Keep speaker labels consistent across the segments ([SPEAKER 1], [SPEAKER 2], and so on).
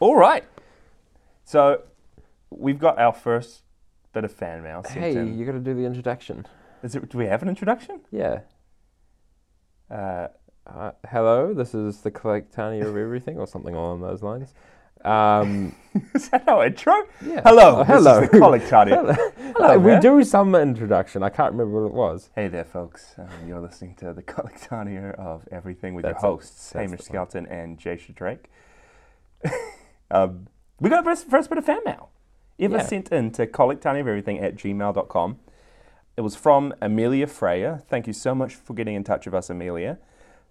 [SPEAKER 1] All right.
[SPEAKER 2] So we've got our first bit of fan mail. sent
[SPEAKER 1] Hey,
[SPEAKER 2] in.
[SPEAKER 1] you got to do the introduction.
[SPEAKER 2] Is it, do we have an introduction?
[SPEAKER 1] Yeah.
[SPEAKER 2] Uh,
[SPEAKER 1] Uh, hello, this is the Collectania of Everything, or something along those lines. Um,
[SPEAKER 2] is that our intro?
[SPEAKER 1] yeah.
[SPEAKER 2] Hello.
[SPEAKER 1] Oh,
[SPEAKER 2] this is
[SPEAKER 1] hello.
[SPEAKER 2] the Colic Charlie.
[SPEAKER 1] Hello.
[SPEAKER 2] Hello
[SPEAKER 1] we
[SPEAKER 2] there.
[SPEAKER 1] do some introduction. I can't remember what it was.
[SPEAKER 2] Hey there, folks. Um, you're listening to the Collectania of Everything with
[SPEAKER 1] That's it.
[SPEAKER 2] your hosts,
[SPEAKER 1] That's
[SPEAKER 2] Hamish
[SPEAKER 1] the one.
[SPEAKER 2] Skelton and Jay Drake. um, we got first, first bit of fan mail. Ever
[SPEAKER 1] Yeah.
[SPEAKER 2] sent in to collectania of everything at gmail.com. It was from Amelia Freya. Thank you so much for getting in touch with us, Amelia.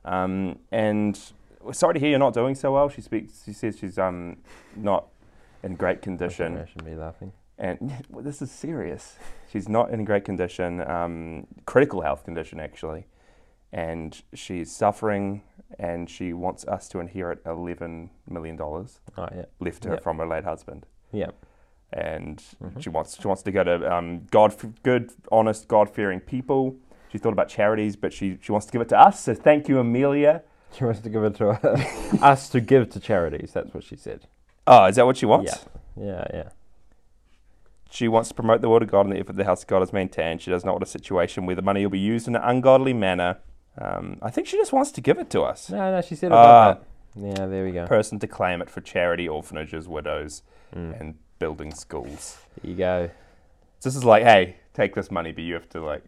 [SPEAKER 2] Um, and we're sorry to hear you're not doing so well. She speaks. She says she's um, not in great condition.
[SPEAKER 1] I shouldn't be laughing.
[SPEAKER 2] And well, this is serious. She's not in great condition, um, critical health condition actually, and she's suffering. And she wants us to inherit eleven million dollars
[SPEAKER 1] Oh, yeah.
[SPEAKER 2] left to her
[SPEAKER 1] Yeah.
[SPEAKER 2] from her late husband.
[SPEAKER 1] Yeah.
[SPEAKER 2] And she wants she wants to go to um, God good, honest, God fearing people. She thought about charities, but she she wants to give it to us. So thank you, Amelia.
[SPEAKER 1] She wants to give it to us to give to charities. That's what she said.
[SPEAKER 2] Oh, is that what she wants?
[SPEAKER 1] Yeah. Yeah. Yeah.
[SPEAKER 2] She wants to promote the word of God and the effort the house of God is maintained. She does not want a situation where the money will be used in an ungodly manner. Um, I think she just wants to give it to us.
[SPEAKER 1] No, no, she said
[SPEAKER 2] Ah.
[SPEAKER 1] above that. Yeah, there we go.
[SPEAKER 2] Person to claim it for charity, orphanages, widows,
[SPEAKER 1] Mm.
[SPEAKER 2] and building schools.
[SPEAKER 1] There you go.
[SPEAKER 2] So this is like, hey, take this money, but you have to like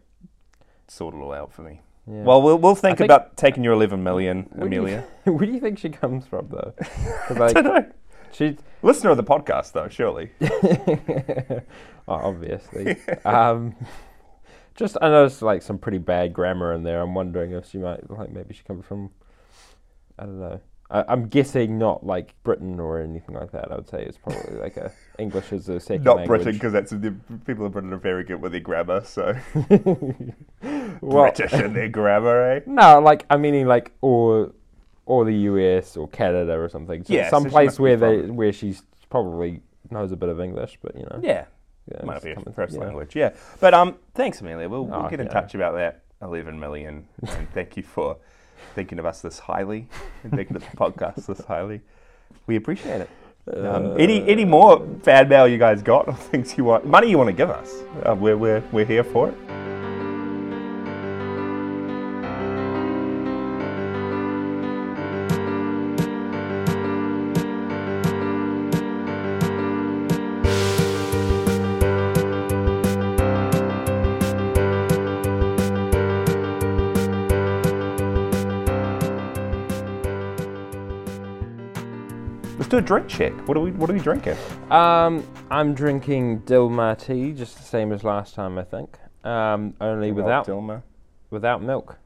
[SPEAKER 2] sort it all out for me.
[SPEAKER 1] Yeah.
[SPEAKER 2] Well, we'll we'll think,
[SPEAKER 1] think-
[SPEAKER 2] about taking your eleven million,
[SPEAKER 1] Where do you-
[SPEAKER 2] Amelia.
[SPEAKER 1] where do you think she comes from, though? 'Cause, like, she,
[SPEAKER 2] Listener of the podcast, though, surely.
[SPEAKER 1] oh, obviously. um, just I noticed like some pretty bad grammar in there. I'm wondering if she might like maybe she comes from. I don't know. I, I'm guessing not like Britain or anything like that. I would say it's probably like a English is a second
[SPEAKER 2] Not
[SPEAKER 1] language.
[SPEAKER 2] Britain, because that's the people in Britain are very good with their grammar. So
[SPEAKER 1] well,
[SPEAKER 2] British in their grammar, eh?
[SPEAKER 1] no, like I meaning like or or the US or Canada or something. Just
[SPEAKER 2] Yeah, so
[SPEAKER 1] some
[SPEAKER 2] she
[SPEAKER 1] place
[SPEAKER 2] must be
[SPEAKER 1] where they
[SPEAKER 2] from-
[SPEAKER 1] where she's probably knows a bit of English, but you know,
[SPEAKER 2] Yeah.
[SPEAKER 1] yeah,
[SPEAKER 2] might
[SPEAKER 1] it's
[SPEAKER 2] be a
[SPEAKER 1] coming-
[SPEAKER 2] first
[SPEAKER 1] yeah.
[SPEAKER 2] language, yeah. But um, thanks, Amelia. We'll, we'll
[SPEAKER 1] Oh,
[SPEAKER 2] get in
[SPEAKER 1] yeah.
[SPEAKER 2] touch about that 11 million. And thank you for thinking of us this highly and thinking of the podcast this highly. We appreciate it. Um, any any more fan mail you guys got or things you want, money you want to give us? Uh, we're, we're, we're here for it. Let's do a drink check. What are we What are we drinking?
[SPEAKER 1] Um, I'm drinking Dilmar tea, just the same as last time, I think. Um, only without
[SPEAKER 2] Dilma.
[SPEAKER 1] without milk.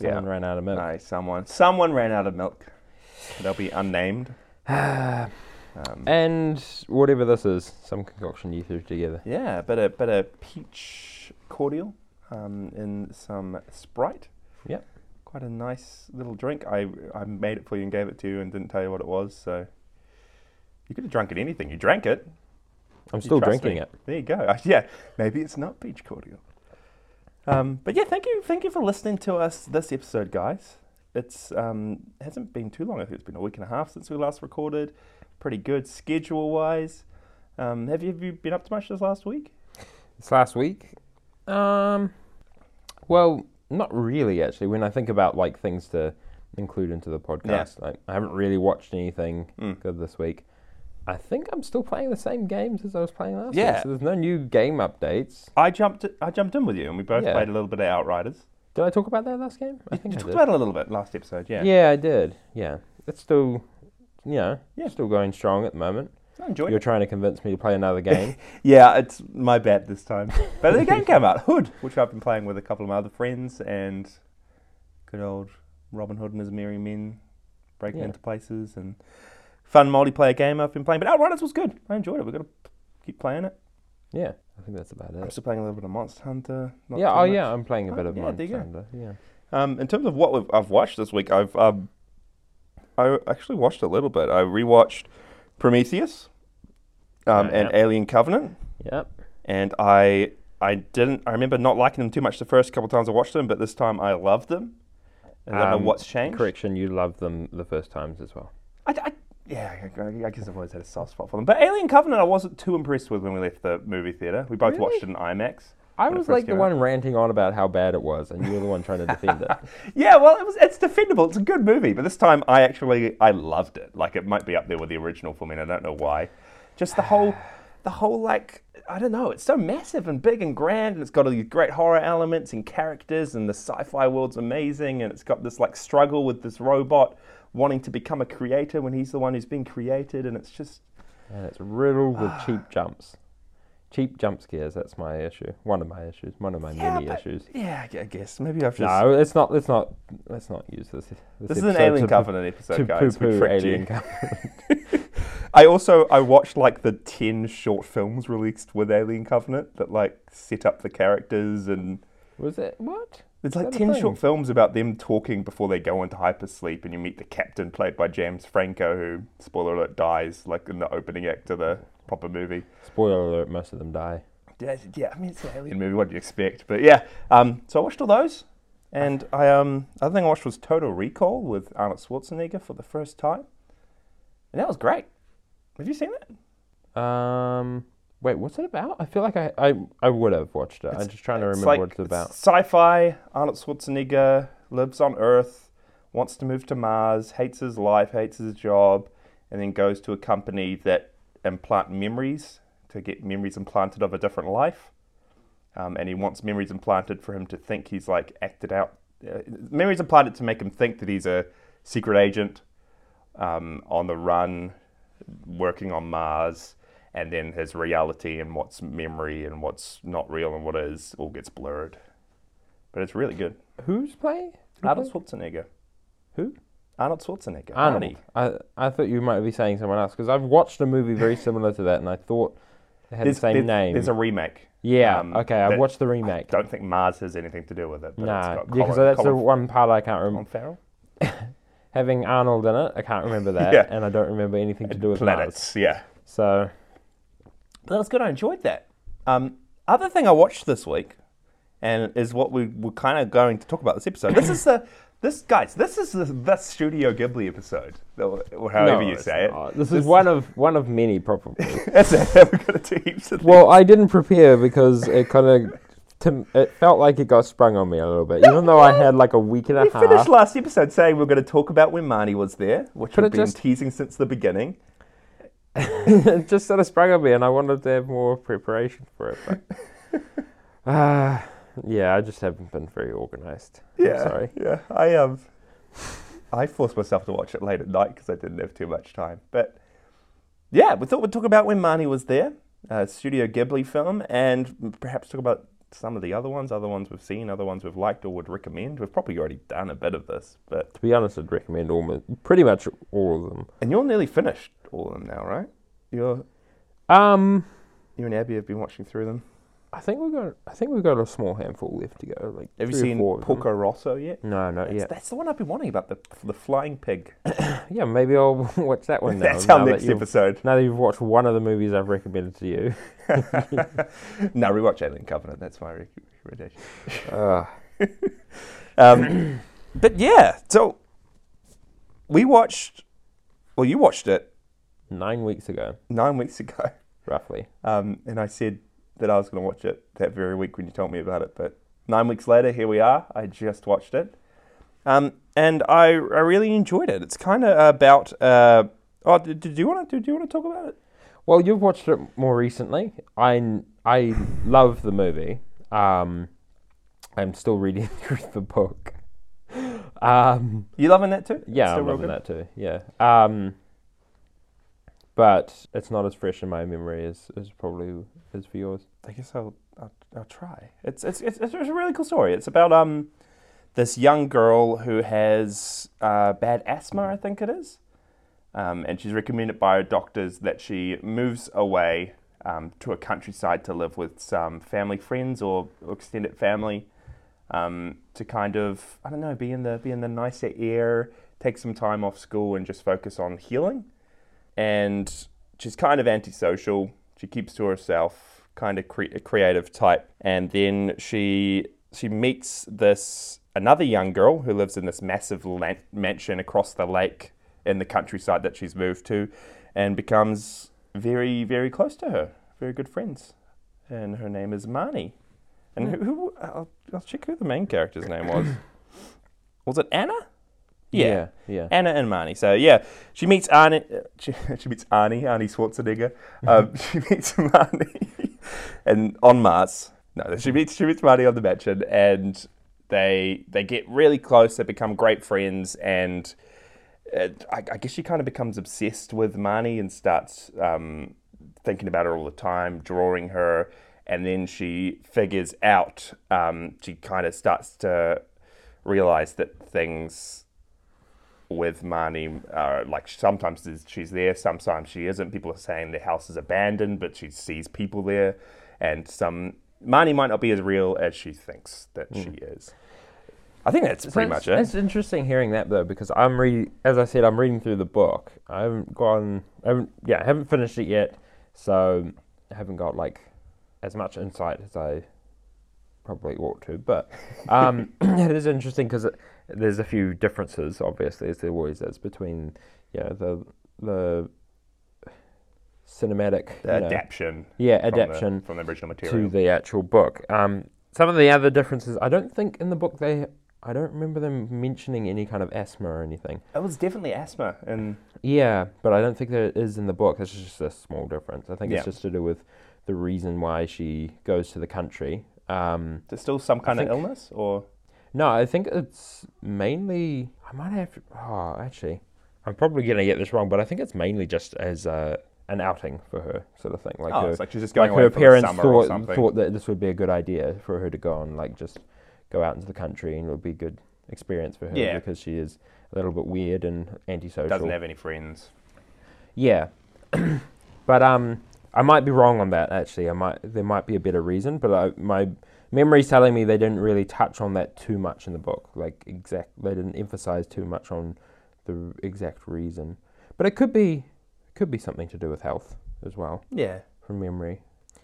[SPEAKER 2] Yeah.
[SPEAKER 1] Someone ran out of milk.
[SPEAKER 2] Nice. Someone someone ran out of milk. They'll be unnamed. Um,
[SPEAKER 1] And whatever this is, some concoction you threw together.
[SPEAKER 2] Yeah, but a but a peach cordial um, in some Sprite.
[SPEAKER 1] Yep.
[SPEAKER 2] Quite a nice little drink. I I made it for you and gave it to you and didn't tell you what it was. So you could have drunk it anything. You drank it.
[SPEAKER 1] I'm
[SPEAKER 2] You
[SPEAKER 1] still
[SPEAKER 2] trust
[SPEAKER 1] drinking
[SPEAKER 2] me.
[SPEAKER 1] it.
[SPEAKER 2] There you go. Uh, yeah, maybe it's not peach cordial. Um, but yeah, thank you, thank you for listening to us this episode, guys. It's um, hasn't been too long. I think it's been a week and a half since we last recorded. Pretty good schedule wise. Um, have you have you been up to much this last week?
[SPEAKER 1] It's last week. Um, well, not really actually. When I think about like things to include into the podcast, like I haven't really watched anything
[SPEAKER 2] Mm.
[SPEAKER 1] good this week. I think I'm still playing the same games as I was playing last
[SPEAKER 2] Yeah.
[SPEAKER 1] week. So there's no new game updates.
[SPEAKER 2] I jumped. I jumped in with you, and we both
[SPEAKER 1] Yeah.
[SPEAKER 2] played a little bit of Outriders.
[SPEAKER 1] Did I talk about that last game? I
[SPEAKER 2] You
[SPEAKER 1] I
[SPEAKER 2] talked
[SPEAKER 1] did.
[SPEAKER 2] about it a little bit last episode. Yeah,
[SPEAKER 1] Yeah, I did. Yeah, it's still, you know,
[SPEAKER 2] Yeah.
[SPEAKER 1] still going strong at the moment.
[SPEAKER 2] I enjoyed
[SPEAKER 1] You're
[SPEAKER 2] it.
[SPEAKER 1] trying to convince me to play another game.
[SPEAKER 2] Yeah, it's my bad this time. But the game came out, Hood, which I've been playing with a couple of my other friends, and good old Robin Hood and his merry men breaking
[SPEAKER 1] Yeah.
[SPEAKER 2] into places and fun multiplayer game I've been playing. But Outriders was good. I enjoyed it. We're gonna keep playing it.
[SPEAKER 1] yeah, I think that's about
[SPEAKER 2] I'm
[SPEAKER 1] it.
[SPEAKER 2] still playing a little bit of Monster Hunter. not
[SPEAKER 1] Yeah,
[SPEAKER 2] too
[SPEAKER 1] oh
[SPEAKER 2] much.
[SPEAKER 1] yeah, I'm playing a
[SPEAKER 2] Oh,
[SPEAKER 1] bit of
[SPEAKER 2] yeah, there you go.
[SPEAKER 1] Monster Hunter, Yeah.
[SPEAKER 2] Um, in terms of what we've, I've watched this week, I've um, I actually watched a little bit. I rewatched Prometheus um,
[SPEAKER 1] Oh,
[SPEAKER 2] and
[SPEAKER 1] yeah.
[SPEAKER 2] Alien Covenant,
[SPEAKER 1] Yep.
[SPEAKER 2] and I I didn't. I remember not liking them too much the first couple times I watched them, but this time I loved them. And I don't
[SPEAKER 1] Um,
[SPEAKER 2] know what's changed.
[SPEAKER 1] Correction, you loved them the first times as well.
[SPEAKER 2] I, I- yeah, I- I, I guess I've always had a soft spot for them. But Alien Covenant, I wasn't too impressed with when we left the movie theater. We both
[SPEAKER 1] Really?
[SPEAKER 2] watched it in IMAX.
[SPEAKER 1] I
[SPEAKER 2] when it
[SPEAKER 1] was
[SPEAKER 2] first
[SPEAKER 1] like the
[SPEAKER 2] came out.
[SPEAKER 1] one ranting on about how bad it was, and you were the one trying to defend it.
[SPEAKER 2] Yeah, well, it was. It's defendable. It's a good movie, but this time I actually I loved it. Like it might be up there with the original for me, and I don't know why. Just the whole, the whole like I don't know. It's so massive and big and grand, and it's got all these great horror elements and characters, and the sci-fi world's amazing, and it's got this like struggle with this robot wanting to become a creator when he's the one who's been created, and it's just
[SPEAKER 1] And it's riddled with cheap jumps. Cheap jump scares, that's my issue. One of my issues. One of my many
[SPEAKER 2] but-
[SPEAKER 1] issues.
[SPEAKER 2] yeah. I gu- I guess maybe I've just
[SPEAKER 1] No, let's not let's not let's not use this.
[SPEAKER 2] this is an
[SPEAKER 1] episode
[SPEAKER 2] Alien
[SPEAKER 1] to poo-
[SPEAKER 2] Covenant
[SPEAKER 1] to
[SPEAKER 2] episode,
[SPEAKER 1] poo
[SPEAKER 2] guys. We
[SPEAKER 1] poo
[SPEAKER 2] tricked you.
[SPEAKER 1] Alien Covenant.
[SPEAKER 2] I also I watched like the ten short films released with Alien Covenant that like set up the characters and
[SPEAKER 1] Was it what?
[SPEAKER 2] there's
[SPEAKER 1] Is
[SPEAKER 2] like
[SPEAKER 1] that a
[SPEAKER 2] ten
[SPEAKER 1] thing?
[SPEAKER 2] short films about them talking before they go into hypersleep and you meet the captain played by James Franco who spoiler alert dies like in the opening act of the proper movie.
[SPEAKER 1] Spoiler alert: most of them die.
[SPEAKER 2] Yeah, yeah, I mean it's an alien movie. What do you expect? But yeah, um, so I watched all those, and I um, other thing I watched was Total Recall with Arnold Schwarzenegger for the first time, and that was great. Have you seen that?
[SPEAKER 1] Um, wait, what's it about? I feel like I I, I would have watched it. I'm just trying to remember what it's about.
[SPEAKER 2] Sci-fi. Arnold Schwarzenegger lives on Earth, wants to move to Mars, hates his life, hates his job, and then goes to a company that implant memories to get memories implanted of a different life. Um, and he wants memories implanted for him to think he's like acted out. Uh, memories implanted to make him think that he's a secret agent um, on the run, working on Mars, and then his reality and what's memory and what's not real and what is all gets blurred. But it's really good.
[SPEAKER 1] Who's playing? Who
[SPEAKER 2] Arnold
[SPEAKER 1] plays-
[SPEAKER 2] Schwarzenegger.
[SPEAKER 1] Who?
[SPEAKER 2] Arnold Schwarzenegger.
[SPEAKER 1] Arnold.
[SPEAKER 2] Arnie.
[SPEAKER 1] I I thought you might be saying someone else because I've watched a movie very similar to that, and I thought it had the same
[SPEAKER 2] there's,
[SPEAKER 1] name.
[SPEAKER 2] There's a remake.
[SPEAKER 1] yeah.
[SPEAKER 2] um,
[SPEAKER 1] okay, I
[SPEAKER 2] that-
[SPEAKER 1] watched the remake.
[SPEAKER 2] Don't think Mars has anything to do with it. But
[SPEAKER 1] Nah,
[SPEAKER 2] it's got
[SPEAKER 1] yeah, because
[SPEAKER 2] Colin-
[SPEAKER 1] that's the
[SPEAKER 2] Colin,
[SPEAKER 1] one part I can't
[SPEAKER 2] Colin
[SPEAKER 1] remember.
[SPEAKER 2] Farrell.
[SPEAKER 1] Having Arnold in it, I can't remember that,
[SPEAKER 2] Yeah.
[SPEAKER 1] and I don't remember anything to do with Mars.
[SPEAKER 2] Planets. Yeah.
[SPEAKER 1] So
[SPEAKER 2] But that was good. I enjoyed that. Um, other thing I watched this week, and is what we were kind of going to talk about this episode. This is the this guys. This is the, the Studio Ghibli episode, or or however
[SPEAKER 1] No,
[SPEAKER 2] you
[SPEAKER 1] it's
[SPEAKER 2] say it.
[SPEAKER 1] not. This is one of one of many, probably.
[SPEAKER 2] That's it. We're gonna do heaps of
[SPEAKER 1] Well, I didn't prepare because it kind of it felt like it got sprung on me a little bit, even though I had like a week and a
[SPEAKER 2] We
[SPEAKER 1] half.
[SPEAKER 2] finished last episode saying we are going to talk about when Marnie was there, which
[SPEAKER 1] But
[SPEAKER 2] we've
[SPEAKER 1] it
[SPEAKER 2] been
[SPEAKER 1] just-
[SPEAKER 2] teasing since the beginning.
[SPEAKER 1] it just sort of sprung on me, and I wanted to have more preparation for it. But uh, yeah, I just haven't been very organized.
[SPEAKER 2] Yeah,
[SPEAKER 1] sorry.
[SPEAKER 2] Yeah, I um, I forced myself to watch it late at night because I didn't have too much time. But yeah, we thought we'd talk about when Marnie was there, uh, Studio Ghibli film, and perhaps talk about some of the other ones, other ones we've seen, other ones we've liked or would recommend. We've probably already done a bit of this, but
[SPEAKER 1] To be honest, I'd recommend almost pretty much all of them.
[SPEAKER 2] and you're nearly finished all of them now, right? You're
[SPEAKER 1] Um,
[SPEAKER 2] you and Abby have been watching through them.
[SPEAKER 1] I think we got I think we got a small handful left to go. Like
[SPEAKER 2] Have you
[SPEAKER 1] three or
[SPEAKER 2] seen
[SPEAKER 1] four of them.
[SPEAKER 2] Porco Rosso yet?
[SPEAKER 1] No, not
[SPEAKER 2] That's-
[SPEAKER 1] yet.
[SPEAKER 2] That's the one I've been wanting about the the flying pig.
[SPEAKER 1] Yeah, maybe I'll watch that one now.
[SPEAKER 2] That's our
[SPEAKER 1] Oh, now that
[SPEAKER 2] next
[SPEAKER 1] you've-
[SPEAKER 2] episode.
[SPEAKER 1] Now that you've watched one of the movies I've recommended to you.
[SPEAKER 2] No, rewatch Alien Covenant. That's my rec- recommendation.
[SPEAKER 1] Uh,
[SPEAKER 2] Um, but yeah, so we watched. Well, you watched it
[SPEAKER 1] nine weeks ago,
[SPEAKER 2] nine weeks ago,
[SPEAKER 1] roughly.
[SPEAKER 2] um, and I said that I was going to watch it that very week when you told me about it. But nine weeks later, here we are. I just watched it, um, and I, I really enjoyed it. It's kind of about. Uh, oh, did, did you want to? Do you want to talk about it?
[SPEAKER 1] Well, you've watched it more recently. I I love the movie. Um, I'm still reading through the book. Um,
[SPEAKER 2] You loving that too?
[SPEAKER 1] yeah,
[SPEAKER 2] Still
[SPEAKER 1] I'm
[SPEAKER 2] real
[SPEAKER 1] loving
[SPEAKER 2] good?
[SPEAKER 1] that too. Yeah. Um, but it's not as fresh in my memory as, as probably is for yours.
[SPEAKER 2] I guess I'll, I'll I'll try. It's it's it's, it's a really cool story. It's about um this young girl who has uh, bad asthma, I think it is, um, and she's recommended by her doctors that she moves away um, to a countryside to live with some family friends or extended family um, to kind of I don't know be in the be in the nicer air, take some time off school, and just focus on healing and she's kind of antisocial. She keeps to herself, kind of cre- a creative type. And then she she meets this another young girl who lives in this massive lan- mansion across the lake in the countryside that she's moved to and becomes very, very close to her, very good friends. And her name is Marnie. And who, who I'll, I'll check who the main character's name was. was it Anna? yeah.
[SPEAKER 1] yeah.
[SPEAKER 2] Anna and Marnie. So yeah, she meets Arnie. uh, She, she meets Arnie. Arnie Schwarzenegger. Um, she meets Marnie, and on Mars. No, she meets she meets Marnie on the mansion, and they they get really close. They become great friends, and uh, I, I guess she kind of becomes obsessed with Marnie and starts um, thinking about her all the time, drawing her. And then she figures out, um, she kind of starts to realize that things with Marnie. Uh, like sometimes there's- she's there, sometimes she isn't. People are saying the house is abandoned, but she sees people there, and some Marnie might not be as real as she thinks that
[SPEAKER 1] Hmm.
[SPEAKER 2] she is. I think that's pretty much it.
[SPEAKER 1] It's interesting hearing that though, because I'm re as I said, I'm reading through the book. I haven't gone, I haven't, yeah, I haven't finished it yet, so I haven't got like as much insight as I probably ought to. But um, it is interesting because there's a few differences, obviously, as there always is between you know the the cinematic
[SPEAKER 2] The
[SPEAKER 1] you know,
[SPEAKER 2] adaption,
[SPEAKER 1] yeah,
[SPEAKER 2] from the-
[SPEAKER 1] adaption
[SPEAKER 2] from the, original material.
[SPEAKER 1] to the actual book. Um, some of the other differences, I don't think in the book they, I don't remember them mentioning any kind of asthma or anything.
[SPEAKER 2] it was definitely asthma, and
[SPEAKER 1] Yeah, but I don't think that it is in the book. It's just a small difference. I think
[SPEAKER 2] Yeah.
[SPEAKER 1] it's just to do with the reason why she goes to the country. Um,
[SPEAKER 2] there's still some kind of
[SPEAKER 1] think-
[SPEAKER 2] illness, or
[SPEAKER 1] no, I think it's mainly. I might have. To, oh, actually, I'm probably gonna get this wrong, but I think it's mainly just as a, an outing for her sort of thing. Like
[SPEAKER 2] oh,
[SPEAKER 1] her,
[SPEAKER 2] it's like she's just going
[SPEAKER 1] like
[SPEAKER 2] away
[SPEAKER 1] her
[SPEAKER 2] for the
[SPEAKER 1] parents
[SPEAKER 2] summer or
[SPEAKER 1] thought
[SPEAKER 2] something.
[SPEAKER 1] thought that this would be a good idea for her to go and like just go out into the country and it would be a good experience for her
[SPEAKER 2] Yeah.
[SPEAKER 1] because she is a little bit weird and antisocial.
[SPEAKER 2] doesn't have any friends.
[SPEAKER 1] yeah, but um, I might be wrong on that actually. I might there might be a better reason, but I, my memory's telling me they didn't really touch on that too much in the book. Like exact, they didn't emphasize too much on the exact reason. But it could be could be something to do with health as well
[SPEAKER 2] Yeah,
[SPEAKER 1] from memory.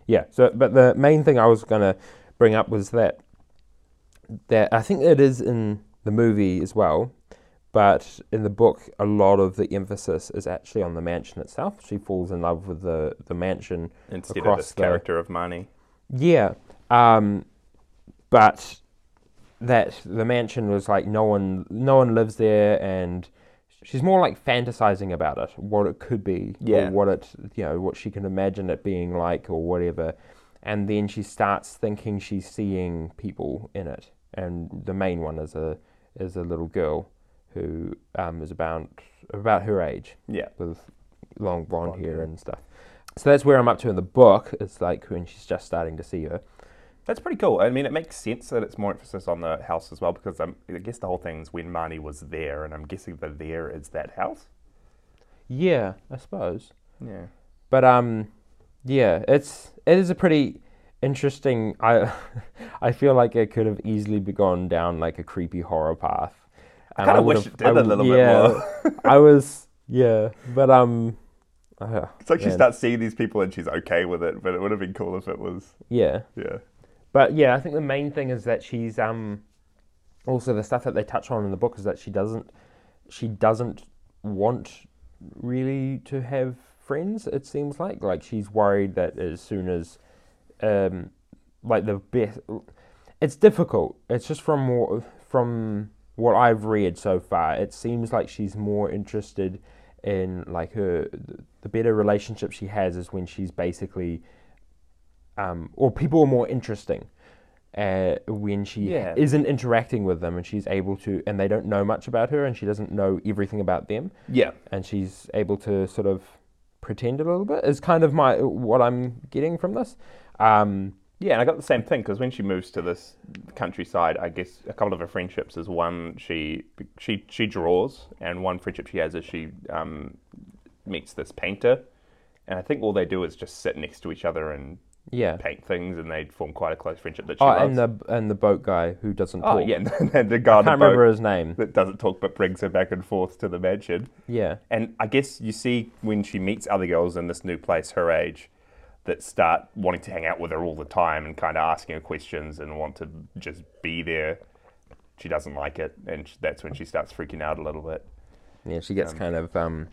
[SPEAKER 1] Yeah. So, but the main thing I was gonna bring up was that that I think it is in the movie as well, but in the book, a lot of the emphasis is actually on the mansion itself. She falls in love with the the mansion.
[SPEAKER 2] instead of
[SPEAKER 1] Across
[SPEAKER 2] this
[SPEAKER 1] the-
[SPEAKER 2] character of Marnie.
[SPEAKER 1] Yeah. Um, but that the mansion was like no one no one lives there and she's more like fantasizing about it what it could be
[SPEAKER 2] Yeah.
[SPEAKER 1] or what it you know what she can imagine it being like or whatever and then she starts thinking she's seeing people in it and the main one is a is a little girl who um, is about about her age
[SPEAKER 2] Yeah,
[SPEAKER 1] with long blonde,
[SPEAKER 2] Blonde
[SPEAKER 1] hair
[SPEAKER 2] hair.
[SPEAKER 1] and stuff. So that's where I'm up to in the book. It's like when she's just starting to see her.
[SPEAKER 2] That's pretty cool. I mean, it makes sense that it's more emphasis on the house as well because um, I guess the whole thing's when Marnie was there, and I'm guessing the there is that house.
[SPEAKER 1] Yeah, I suppose.
[SPEAKER 2] Yeah.
[SPEAKER 1] But um, yeah, it's it is a pretty interesting. I I feel like it could have easily be gone down like a creepy horror path.
[SPEAKER 2] I
[SPEAKER 1] And
[SPEAKER 2] kind of
[SPEAKER 1] would've-
[SPEAKER 2] wish it did a
[SPEAKER 1] would-
[SPEAKER 2] little
[SPEAKER 1] yeah,
[SPEAKER 2] bit more.
[SPEAKER 1] I was yeah, but um, uh,
[SPEAKER 2] It's like she
[SPEAKER 1] man,
[SPEAKER 2] starts seeing these people and she's okay with it, but it would have been cool if it was.
[SPEAKER 1] yeah.
[SPEAKER 2] Yeah.
[SPEAKER 1] But yeah, I think the main thing is that she's um also the stuff that they touch on in the book is that she doesn't she doesn't want really to have friends, it seems like. Like she's worried that as soon as um like the best it's difficult. It's just from what from what I've read so far, it seems like she's more interested in like her the better relationship she has is when she's basically um, or people are more interesting uh, when she
[SPEAKER 2] Yeah.
[SPEAKER 1] isn't interacting with them and she's able to and they don't know much about her and she doesn't know everything about them
[SPEAKER 2] Yeah.
[SPEAKER 1] and she's able to sort of pretend a little bit is kind of my what I'm getting from this. Um,
[SPEAKER 2] Yeah, and I got the same thing because when she moves to this countryside, I guess a couple of her friendships is one she she she draws, and one friendship she has is she um, meets this painter, and I think all they do is just sit next to each other and
[SPEAKER 1] yeah.
[SPEAKER 2] paint things, and they form quite a close friendship that she
[SPEAKER 1] Oh,
[SPEAKER 2] loves.
[SPEAKER 1] and the and the boat guy who doesn't
[SPEAKER 2] oh
[SPEAKER 1] talk.
[SPEAKER 2] yeah, and then the guy on
[SPEAKER 1] I can't
[SPEAKER 2] the boat
[SPEAKER 1] remember his name.
[SPEAKER 2] that doesn't talk but brings her back and forth to the mansion.
[SPEAKER 1] Yeah.
[SPEAKER 2] And I guess you see when she meets other girls in this new place, her age, that start wanting to hang out with her all the time and kind of asking her questions and want to just be there. She doesn't like it, and sh- that's when she starts freaking out a little bit.
[SPEAKER 1] Yeah, she gets
[SPEAKER 2] Um,
[SPEAKER 1] kind of um,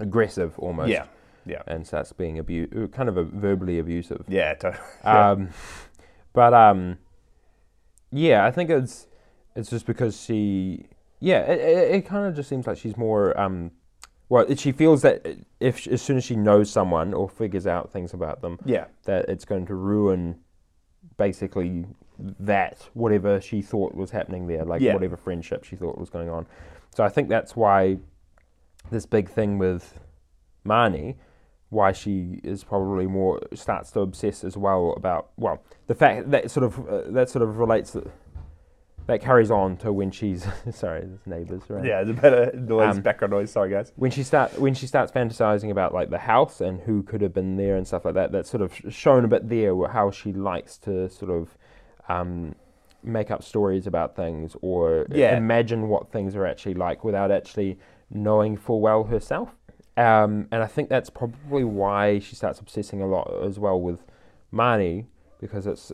[SPEAKER 1] aggressive almost.
[SPEAKER 2] Yeah, yeah,
[SPEAKER 1] And starts being abu- kind of a verbally abusive.
[SPEAKER 2] yeah, totally.
[SPEAKER 1] Um, but um, yeah, I think it's it's just because she, yeah, it, it, it kind of just seems like she's more um, well, it, she feels that if as soon as she knows someone or figures out things about them,
[SPEAKER 2] yeah,
[SPEAKER 1] that it's going to ruin basically that whatever she thought was happening there, like
[SPEAKER 2] Yeah.
[SPEAKER 1] whatever friendship she thought was going on. So I think that's why this big thing with Marnie, why she is probably more starts to obsess as well about well the fact that sort of uh, that sort of relates that carries on to when she's sorry, there's neighbours right?
[SPEAKER 2] yeah. It's a bit of noise,
[SPEAKER 1] Um,
[SPEAKER 2] background noise. Sorry, guys.
[SPEAKER 1] when she start when she starts fantasizing about like the house and who could have been there and stuff like that, that's sort of sh- shown a bit there wh- how she likes to sort of um, make up stories about things or i-
[SPEAKER 2] Yeah.
[SPEAKER 1] imagine what things are actually like without actually knowing full well herself. Um, and I think that's probably why she starts obsessing a lot as well with Marnie because it's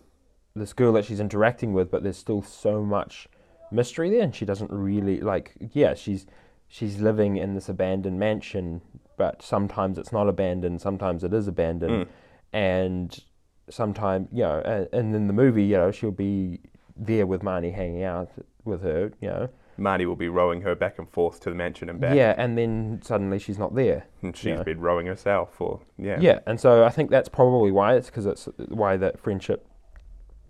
[SPEAKER 1] this girl that she's interacting with, but there's still so much mystery there, and she doesn't really like. Yeah, she's she's living in this abandoned mansion, but sometimes it's not abandoned, sometimes it is abandoned, and sometimes you know. And, and in the movie, you know, she'll be there with Marnie, hanging out with her, you know.
[SPEAKER 2] Marty will be rowing her back and forth to the mansion and back.
[SPEAKER 1] Yeah, and then suddenly she's not there.
[SPEAKER 2] and she's
[SPEAKER 1] yeah.
[SPEAKER 2] been rowing herself. Or yeah,
[SPEAKER 1] Yeah, and so I think that's probably why it's because it's why that friendship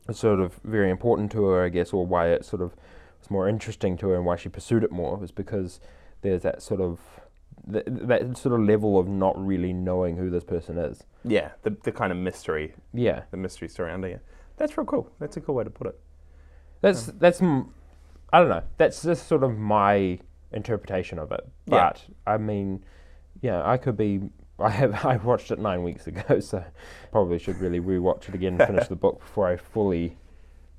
[SPEAKER 1] is sort of very important to her, I guess, or why it sort of was more interesting to her and why she pursued it more was because there's that sort of th- that sort of level of not really knowing who this person is.
[SPEAKER 2] yeah. The the kind of mystery,
[SPEAKER 1] Yeah,
[SPEAKER 2] the mystery surrounding it. That's real cool. That's a cool way to put it.
[SPEAKER 1] that's
[SPEAKER 2] Hmm.
[SPEAKER 1] that's m- I don't know. That's just sort of my interpretation of it.
[SPEAKER 2] Yeah.
[SPEAKER 1] But I mean, yeah, I could be. I have I watched it nine weeks ago, so probably should really rewatch it again and finish the book before I fully,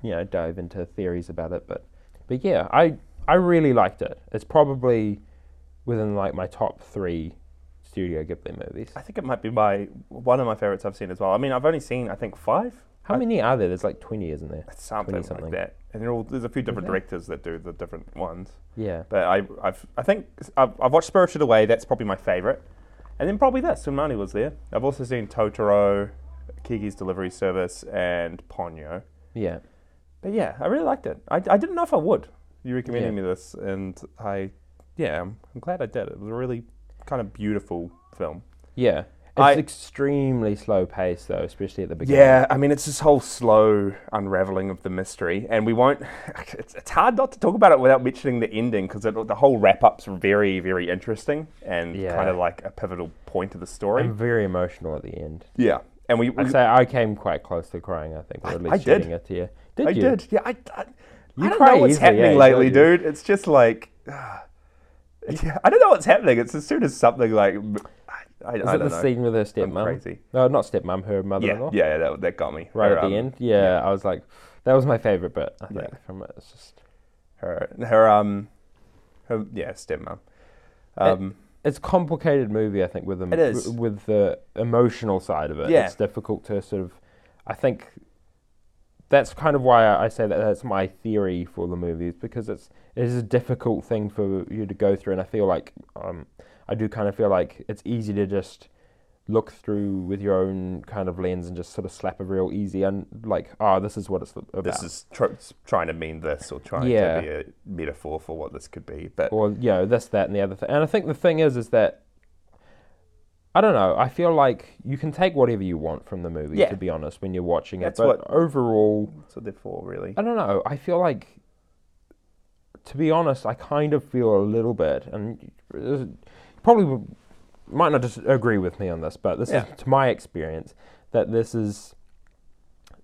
[SPEAKER 1] you know, dive into theories about it. But but yeah, I I really liked it. It's probably within like my top three Studio Ghibli movies.
[SPEAKER 2] I think it might be my one of my favorites I've seen as well. I mean, I've only seen I think five.
[SPEAKER 1] How many are there? There's like twenty, isn't there?
[SPEAKER 2] Something,
[SPEAKER 1] 20-something.
[SPEAKER 2] like that, and they're all, there's a few different
[SPEAKER 1] Okay.
[SPEAKER 2] directors that do the different ones.
[SPEAKER 1] Yeah.
[SPEAKER 2] But I, I've, I think I've, I've watched Spirited Away. That's probably my favourite, and then probably this when Marnie was there. I've also seen Totoro, Kiki's Delivery Service, and Ponyo.
[SPEAKER 1] Yeah.
[SPEAKER 2] But yeah, I really liked it. I, I didn't know if I would. You recommended
[SPEAKER 1] Yeah.
[SPEAKER 2] me this, and I, yeah, I'm, I'm glad I did. It was a really kind of beautiful film.
[SPEAKER 1] Yeah. It's
[SPEAKER 2] I-
[SPEAKER 1] extremely slow paced though, especially at the beginning.
[SPEAKER 2] Yeah, I mean, it's this whole slow unraveling of the mystery, and we won't. It's, it's hard not to talk about it without mentioning the ending because the whole wrap up's very, very interesting and
[SPEAKER 1] Yeah.
[SPEAKER 2] kind of like a pivotal point of the story.
[SPEAKER 1] I'm very emotional at the end.
[SPEAKER 2] yeah, and we. we
[SPEAKER 1] I'd say I came quite close to crying. I think, or at least
[SPEAKER 2] I did.
[SPEAKER 1] shedding a tear. Did
[SPEAKER 2] I
[SPEAKER 1] you?
[SPEAKER 2] did. Yeah, I. I,
[SPEAKER 1] You
[SPEAKER 2] I don't
[SPEAKER 1] cry
[SPEAKER 2] know what's
[SPEAKER 1] easily, yeah,
[SPEAKER 2] happening
[SPEAKER 1] you
[SPEAKER 2] lately,
[SPEAKER 1] do,
[SPEAKER 2] dude. It's just like. yeah, I don't know what's happening. It's as soon as something like. I, I, I
[SPEAKER 1] Is it the
[SPEAKER 2] don't know.
[SPEAKER 1] scene with her
[SPEAKER 2] I'm
[SPEAKER 1] stepmom?
[SPEAKER 2] crazy.
[SPEAKER 1] No, not stepmom. Her
[SPEAKER 2] Yeah,
[SPEAKER 1] mother-in-law.
[SPEAKER 2] yeah, yeah, that, that got me.
[SPEAKER 1] Right
[SPEAKER 2] Her,
[SPEAKER 1] at
[SPEAKER 2] um,
[SPEAKER 1] the end. Yeah, I was like, that was my favorite bit. I think
[SPEAKER 2] Yeah.
[SPEAKER 1] from it. It's just,
[SPEAKER 2] Her, her, um, her, yeah, stepmom.
[SPEAKER 1] Eh,
[SPEAKER 2] Um,
[SPEAKER 1] it's a complicated movie. I think with the
[SPEAKER 2] It is.
[SPEAKER 1] with the emotional side of it.
[SPEAKER 2] Yeah.
[SPEAKER 1] It's difficult to sort of. I think that's kind of why I I say that that's my theory for the movies because it's it is a difficult thing for you to go through, and I feel like um, I do kind of feel like it's easy to just look through with your own kind of lens and just sort of slap a real easy and like, oh, this is what it's about.
[SPEAKER 2] this is tr- trying to mean this or trying
[SPEAKER 1] Yeah.
[SPEAKER 2] to be a metaphor for what this could be. But
[SPEAKER 1] or you know this that and the other thing and i think the thing is is that i don't know i feel like you can take whatever you want from the movie
[SPEAKER 2] Yeah.
[SPEAKER 1] to be honest when you're watching it
[SPEAKER 2] That's
[SPEAKER 1] but
[SPEAKER 2] what-
[SPEAKER 1] overall
[SPEAKER 2] that's what they're for, really.
[SPEAKER 1] i don't know i feel like to be honest i kind of feel a little bit and uh, probably w- might not just agree with me on this but this
[SPEAKER 2] Yeah.
[SPEAKER 1] is to my experience that this is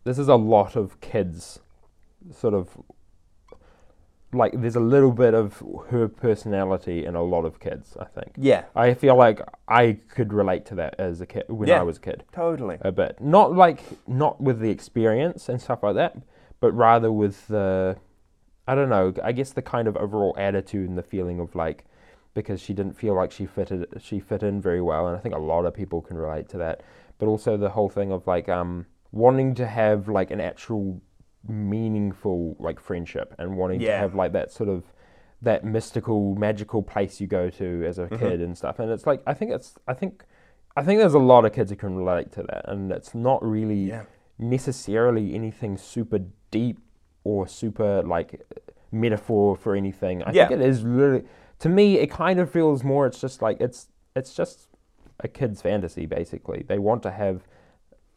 [SPEAKER 1] this is a lot of kids sort of like there's a little bit of her personality in a lot of kids i think
[SPEAKER 2] Yeah,
[SPEAKER 1] i feel like i could relate to that as a kid when
[SPEAKER 2] Yeah.
[SPEAKER 1] i was a kid
[SPEAKER 2] totally.
[SPEAKER 1] a bit not like not with the experience and stuff like that but rather with the i don't know i guess the kind of overall attitude and the feeling of like because she didn't feel like she fitted she fit in very well and i think a lot of people can relate to that but also the whole thing of like um wanting to have like an actual meaningful like friendship and wanting to
[SPEAKER 2] Yeah.
[SPEAKER 1] have like that sort of that mystical, magical place you go to as a
[SPEAKER 2] Mm-hmm.
[SPEAKER 1] kid and stuff. And it's like I think it's I think I think there's a lot of kids who can relate to that, and it's not really
[SPEAKER 2] Yeah.
[SPEAKER 1] necessarily anything super deep or super like metaphor for anything. I
[SPEAKER 2] Yeah.
[SPEAKER 1] think it is really to me. It kind of feels more. It's just like it's it's just a kid's fantasy basically. They want to have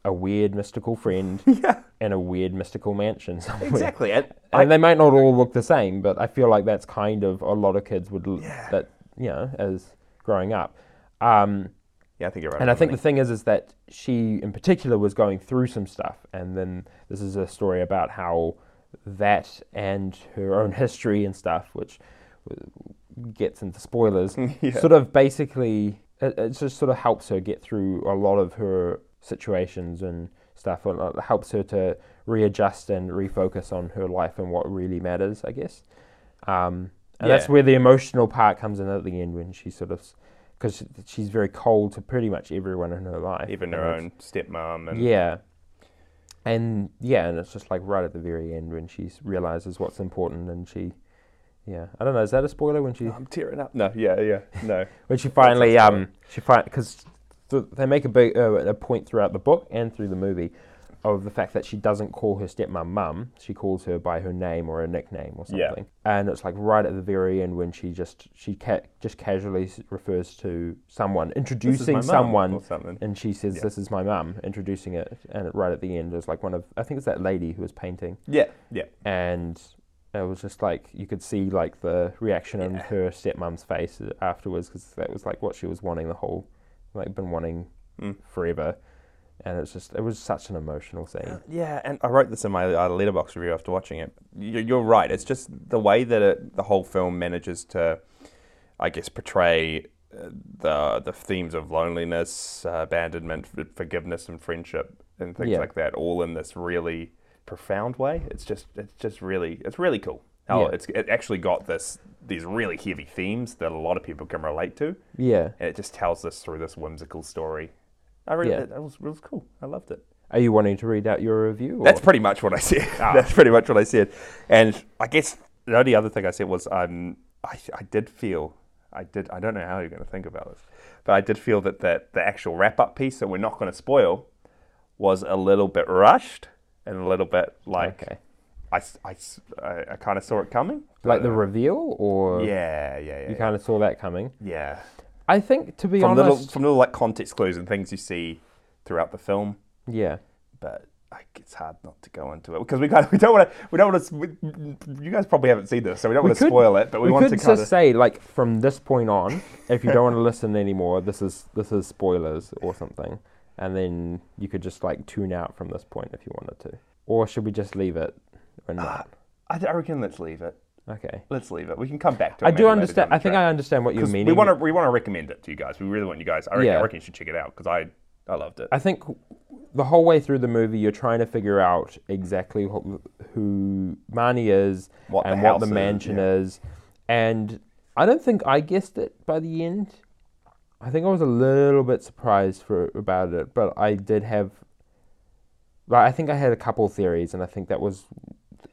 [SPEAKER 1] a weird mystical friend
[SPEAKER 2] Yeah,
[SPEAKER 1] and a weird mystical mansion somewhere.
[SPEAKER 2] exactly. And,
[SPEAKER 1] And they might not all look the same, but I feel like that's kind of a lot of kids would l-
[SPEAKER 2] Yeah.
[SPEAKER 1] that you know as growing up. Um,
[SPEAKER 2] yeah, I think you're right.
[SPEAKER 1] and I
[SPEAKER 2] on
[SPEAKER 1] think the
[SPEAKER 2] that.
[SPEAKER 1] thing is, is that she in particular was going through some stuff, and then this is a story about how that and her own history and stuff, which w- gets into spoilers,
[SPEAKER 2] Yeah.
[SPEAKER 1] sort of basically it, it just sort of helps her get through a lot of her situations and stuff, and uh, helps her to readjust and refocus on her life and what really matters, I guess. Um, and that's
[SPEAKER 2] Yeah.
[SPEAKER 1] where the emotional part comes in at the end when she sort of, because she's very cold to pretty much everyone in her life,
[SPEAKER 2] even
[SPEAKER 1] and
[SPEAKER 2] her
[SPEAKER 1] it's-
[SPEAKER 2] own stepmom and
[SPEAKER 1] Yeah. And yeah, and it's just like right at the very end when she realizes what's important, and she, yeah, I don't know. Is that a spoiler when she
[SPEAKER 2] Oh, I'm tearing up. No, yeah, yeah, no.
[SPEAKER 1] when she finally,
[SPEAKER 2] That's right.
[SPEAKER 1] um, she finally, because th- they make a big uh, a point throughout the book and through the movie of the fact that she doesn't call her stepmom mum. She calls her by her name or a nickname or
[SPEAKER 2] Yeah.
[SPEAKER 1] something. And it's like right at the very end when she just she ca- just casually s- refers to someone
[SPEAKER 2] This is my
[SPEAKER 1] introducing
[SPEAKER 2] mum
[SPEAKER 1] someone.
[SPEAKER 2] or something.
[SPEAKER 1] And she says,
[SPEAKER 2] Yeah.
[SPEAKER 1] "This is my mum," introducing it, and it- right at the end is like one of I think it's that lady who was painting,
[SPEAKER 2] Yeah, yeah,
[SPEAKER 1] and it was just like you could see like the reaction on
[SPEAKER 2] Yeah.
[SPEAKER 1] her stepmom's face afterwards because that was like what she was wanting the whole like been wanting
[SPEAKER 2] Mm.
[SPEAKER 1] forever and it's just it was such an emotional scene
[SPEAKER 2] yeah. And I wrote this in my uh, letterbox review after watching it. You- You're right. It's just the way that it, the whole film manages to, I guess, portray uh, the the themes of loneliness, uh, abandonment, f- forgiveness, and friendship, and things
[SPEAKER 1] Yeah.
[SPEAKER 2] like that, all in this really profound way. It's just it's just really it's really cool. How
[SPEAKER 1] Yeah.
[SPEAKER 2] it's it actually got this these really heavy themes that a lot of people can relate to.
[SPEAKER 1] yeah
[SPEAKER 2] and it just tells us through this whimsical story. I really,
[SPEAKER 1] Yeah.
[SPEAKER 2] that, was, it was cool. I loved it.
[SPEAKER 1] are you wanting to read out your review or?
[SPEAKER 2] That's pretty much what I said.
[SPEAKER 1] Ah.
[SPEAKER 2] That's pretty much what I said. And I guess the only other thing I said was um, I, I did feel, I did, I don't know how you're going to think about this, but I did feel that the, the actual wrap up piece that we're not going to spoil was a little bit rushed and a little bit like
[SPEAKER 1] okay
[SPEAKER 2] I, s- I s- I- I kind of saw it coming.
[SPEAKER 1] like the
[SPEAKER 2] Uh,
[SPEAKER 1] reveal or
[SPEAKER 2] yeah, yeah, yeah.
[SPEAKER 1] you
[SPEAKER 2] yeah.
[SPEAKER 1] kind of saw that coming
[SPEAKER 2] yeah.
[SPEAKER 1] i think to be
[SPEAKER 2] From
[SPEAKER 1] honest
[SPEAKER 2] little, from little like context clues and things you see throughout the film.
[SPEAKER 1] yeah
[SPEAKER 2] but like it's hard not to go into it because we kind of, we don't want to we don't want to you guys probably haven't seen this so we don't
[SPEAKER 1] We
[SPEAKER 2] want to
[SPEAKER 1] could-
[SPEAKER 2] spoil it but we,
[SPEAKER 1] we,
[SPEAKER 2] want
[SPEAKER 1] could
[SPEAKER 2] to
[SPEAKER 1] just
[SPEAKER 2] kind of
[SPEAKER 1] say like from this point on, if you don't want to listen anymore, this is this is spoilers or something, and then you could just like tune out from this point if you wanted to, or should we just leave it or not?
[SPEAKER 2] I, I reckon let's leave it
[SPEAKER 1] okay,
[SPEAKER 2] let's leave it we can come back to it
[SPEAKER 1] I do
[SPEAKER 2] maybe later down
[SPEAKER 1] understand.
[SPEAKER 2] the
[SPEAKER 1] I think
[SPEAKER 2] track.
[SPEAKER 1] I understand what you're
[SPEAKER 2] 'Cause
[SPEAKER 1] meaning.
[SPEAKER 2] we want to we want to recommend it to you guys we really want you guys I reckon, I
[SPEAKER 1] Yeah.
[SPEAKER 2] reckon you should check it out because I I loved it
[SPEAKER 1] I think w- the whole way through the movie, you're trying to figure out exactly who, who Marnie is
[SPEAKER 2] What the
[SPEAKER 1] and what the
[SPEAKER 2] house is,
[SPEAKER 1] mansion
[SPEAKER 2] yeah.
[SPEAKER 1] is. And I don't think I guessed it by the end. I think I was a little bit surprised for about it, but I did have. Like, I think I had a couple theories, and I think that was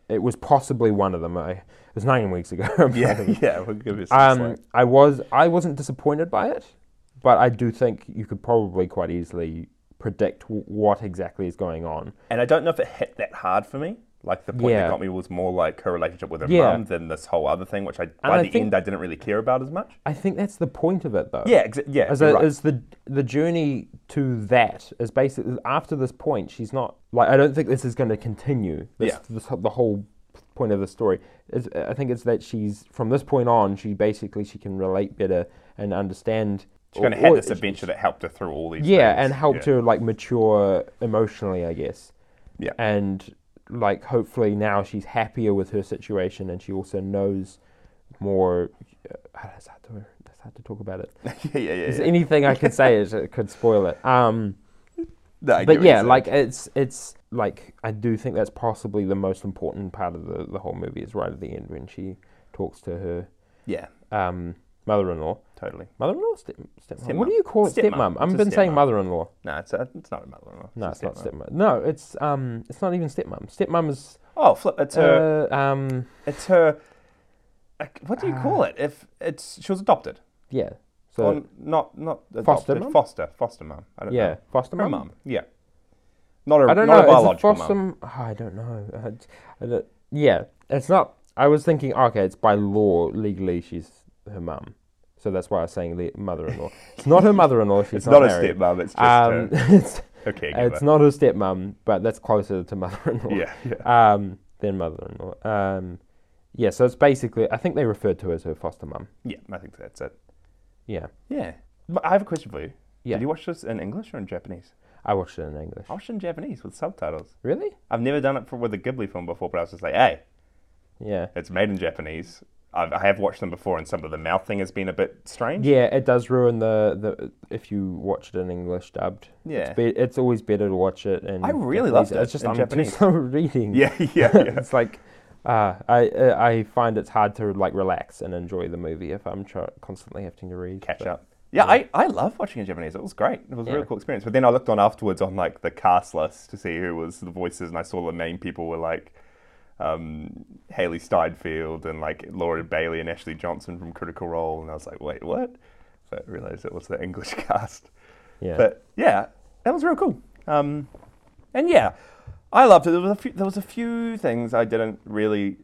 [SPEAKER 1] it was possibly one of them. I, it was nine weeks ago. I'm
[SPEAKER 2] yeah
[SPEAKER 1] trying to-
[SPEAKER 2] yeah we'll give it some
[SPEAKER 1] um, I was I wasn't disappointed by it, but I do think you could probably quite easily predict w- what exactly is going on.
[SPEAKER 2] and I don't know if it hit that hard for me like the point that
[SPEAKER 1] Yeah.
[SPEAKER 2] got me was more like her relationship with her
[SPEAKER 1] Yeah.
[SPEAKER 2] mum than this whole other thing which I by
[SPEAKER 1] I
[SPEAKER 2] the
[SPEAKER 1] think-
[SPEAKER 2] end I didn't really care about as much
[SPEAKER 1] I think that's the point of it, though.
[SPEAKER 2] yeah exa- yeah
[SPEAKER 1] As,
[SPEAKER 2] you're
[SPEAKER 1] a,
[SPEAKER 2] right.
[SPEAKER 1] as the the journey to that is basically after this point, she's not like I don't think this is going to continue. This,
[SPEAKER 2] Yeah.
[SPEAKER 1] this, the whole point of the story is I think it's that she's from this point on she basically she can relate better and understand.
[SPEAKER 2] She kind of had this adventure that helped her through all these.
[SPEAKER 1] yeah
[SPEAKER 2] things.
[SPEAKER 1] and helped her like mature emotionally i guess
[SPEAKER 2] Yeah.
[SPEAKER 1] and like hopefully now she's happier with her situation and she also knows more uh, that's hard to, that's hard to talk about it
[SPEAKER 2] yeah, yeah, yeah.
[SPEAKER 1] Is
[SPEAKER 2] yeah.
[SPEAKER 1] anything i could say is, it could spoil it um
[SPEAKER 2] No, I get
[SPEAKER 1] but
[SPEAKER 2] what you're
[SPEAKER 1] yeah
[SPEAKER 2] saying.
[SPEAKER 1] like it's it's like i do think that's possibly the most important part of the, the whole movie is right at the end when she talks to her
[SPEAKER 2] yeah,
[SPEAKER 1] um, mother-in-law
[SPEAKER 2] totally.
[SPEAKER 1] mother-in-law step, stepmom. what
[SPEAKER 2] Stepmom.
[SPEAKER 1] do you call it
[SPEAKER 2] Stepmom.
[SPEAKER 1] stepmom i've
[SPEAKER 2] It's a
[SPEAKER 1] been saying
[SPEAKER 2] stepmom.
[SPEAKER 1] mother-in-law
[SPEAKER 2] No, it's, a, it's not a mother-in-law.
[SPEAKER 1] No,
[SPEAKER 2] a
[SPEAKER 1] it's not
[SPEAKER 2] stepmom.
[SPEAKER 1] stepmom. No, it's um, it's not even stepmom. Stepmom is
[SPEAKER 2] Oh, flip! It's her.
[SPEAKER 1] uh, um,
[SPEAKER 2] It's her. like, what do you call it? If it's she was adopted,
[SPEAKER 1] Yeah. uh, So
[SPEAKER 2] or not not adopted,
[SPEAKER 1] Foster mum?
[SPEAKER 2] foster, foster mum. I don't
[SPEAKER 1] yeah,
[SPEAKER 2] know.
[SPEAKER 1] foster
[SPEAKER 2] Her
[SPEAKER 1] mum.
[SPEAKER 2] mum. Yeah. Not a,
[SPEAKER 1] I don't
[SPEAKER 2] not a
[SPEAKER 1] know. Is it
[SPEAKER 2] biological
[SPEAKER 1] foster?
[SPEAKER 2] mum.
[SPEAKER 1] m- oh, I don't know. I d- I don't- yeah, it's not. I was thinking, okay, it's by law legally she's her mum, so that's why I was saying le- mother-in-law. It's not her mother-in-law. She's
[SPEAKER 2] It's not, a
[SPEAKER 1] married.
[SPEAKER 2] stepmom. It's just
[SPEAKER 1] Um,
[SPEAKER 2] her,
[SPEAKER 1] it's
[SPEAKER 2] her caregiver.
[SPEAKER 1] it's not her stepmum, but that's closer to mother-in-law.
[SPEAKER 2] yeah, yeah.
[SPEAKER 1] Um, than mother-in-law. Um, yeah. So it's basically, I think they referred to her as her foster mum.
[SPEAKER 2] Yeah, I think that's it.
[SPEAKER 1] Yeah.
[SPEAKER 2] Yeah. But I have a question for you.
[SPEAKER 1] Yeah.
[SPEAKER 2] Did you watch this in English or in Japanese?
[SPEAKER 1] I watched it in English.
[SPEAKER 2] I watched it in Japanese with subtitles.
[SPEAKER 1] Really?
[SPEAKER 2] I've never done it for, with a Ghibli film before, but I was just like, hey,
[SPEAKER 1] Yeah.
[SPEAKER 2] it's made in Japanese. I've, I have watched them before, and some of the mouth thing has been a bit strange.
[SPEAKER 1] Yeah, it does ruin the, the if you watch it in English dubbed.
[SPEAKER 2] Yeah.
[SPEAKER 1] It's, be, it's always better to watch it in
[SPEAKER 2] I really loved
[SPEAKER 1] Japanese.
[SPEAKER 2] it
[SPEAKER 1] It's just
[SPEAKER 2] in
[SPEAKER 1] I'm
[SPEAKER 2] Japanese.
[SPEAKER 1] too slow reading.
[SPEAKER 2] yeah, yeah. yeah.
[SPEAKER 1] it's like uh, I I I find it's hard to like relax and enjoy the movie if I'm tr- constantly having to read.
[SPEAKER 2] Catch
[SPEAKER 1] but-
[SPEAKER 2] up. Yeah, I, I love watching in Japanese. It was great. It was a real
[SPEAKER 1] Yeah.
[SPEAKER 2] cool experience. But then I looked on afterwards on like the cast list to see who was the voices, and I saw the main people were like um, Haley Steinfeld and like Laura Bailey and Ashley Johnson from Critical Role, and I was like, wait, what? So I realized it was the English cast.
[SPEAKER 1] Yeah.
[SPEAKER 2] But yeah, that was real cool. Um, and yeah, I loved it. There was a few, there was a few things I didn't really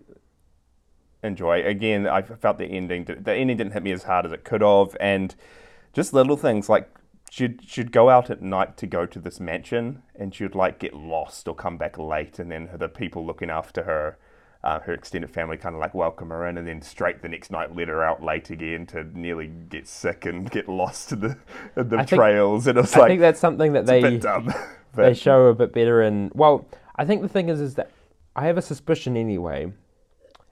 [SPEAKER 2] enjoy. Again, I felt the ending did- the ending didn't hit me as hard as it could have, and just little things like she'd she'd go out at night to go to this mansion, and she'd like get lost or come back late, and then the people looking after her. Uh, her extended family kind of like welcome her in, and then straight the next night let her out late again to nearly get sick and get lost in the in the
[SPEAKER 1] I think-
[SPEAKER 2] trails. and it was
[SPEAKER 1] I
[SPEAKER 2] like
[SPEAKER 1] think that's something that
[SPEAKER 2] a
[SPEAKER 1] they
[SPEAKER 2] bit dumb.
[SPEAKER 1] they
[SPEAKER 2] but
[SPEAKER 1] show a bit better in. Well, I think the thing is, is that I have a suspicion anyway.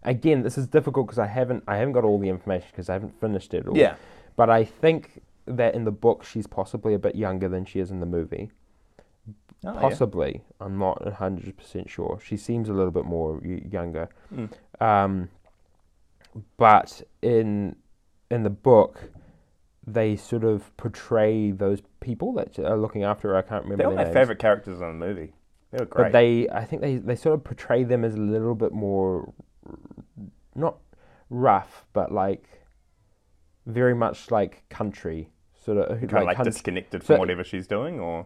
[SPEAKER 1] Again, this is difficult because I haven't, I haven't got all the information because I haven't finished it all.
[SPEAKER 2] Yeah.
[SPEAKER 1] But I think that in the book she's possibly a bit younger than she is in the movie. Oh,
[SPEAKER 2] Oh,
[SPEAKER 1] Possibly, I'm not hundred percent sure. She seems a little bit more y- younger.
[SPEAKER 2] Hmm.
[SPEAKER 1] Um, but in in the book, they sort of portray those people that are looking after her. I can't remember.
[SPEAKER 2] They're
[SPEAKER 1] their
[SPEAKER 2] my
[SPEAKER 1] names.
[SPEAKER 2] favorite characters in the movie. They were great.
[SPEAKER 1] But they, I think they, they sort of portray them as a little bit more, not rough, but like very much like country sort of
[SPEAKER 2] kind of like
[SPEAKER 1] country.
[SPEAKER 2] disconnected
[SPEAKER 1] so-
[SPEAKER 2] from whatever she's doing, or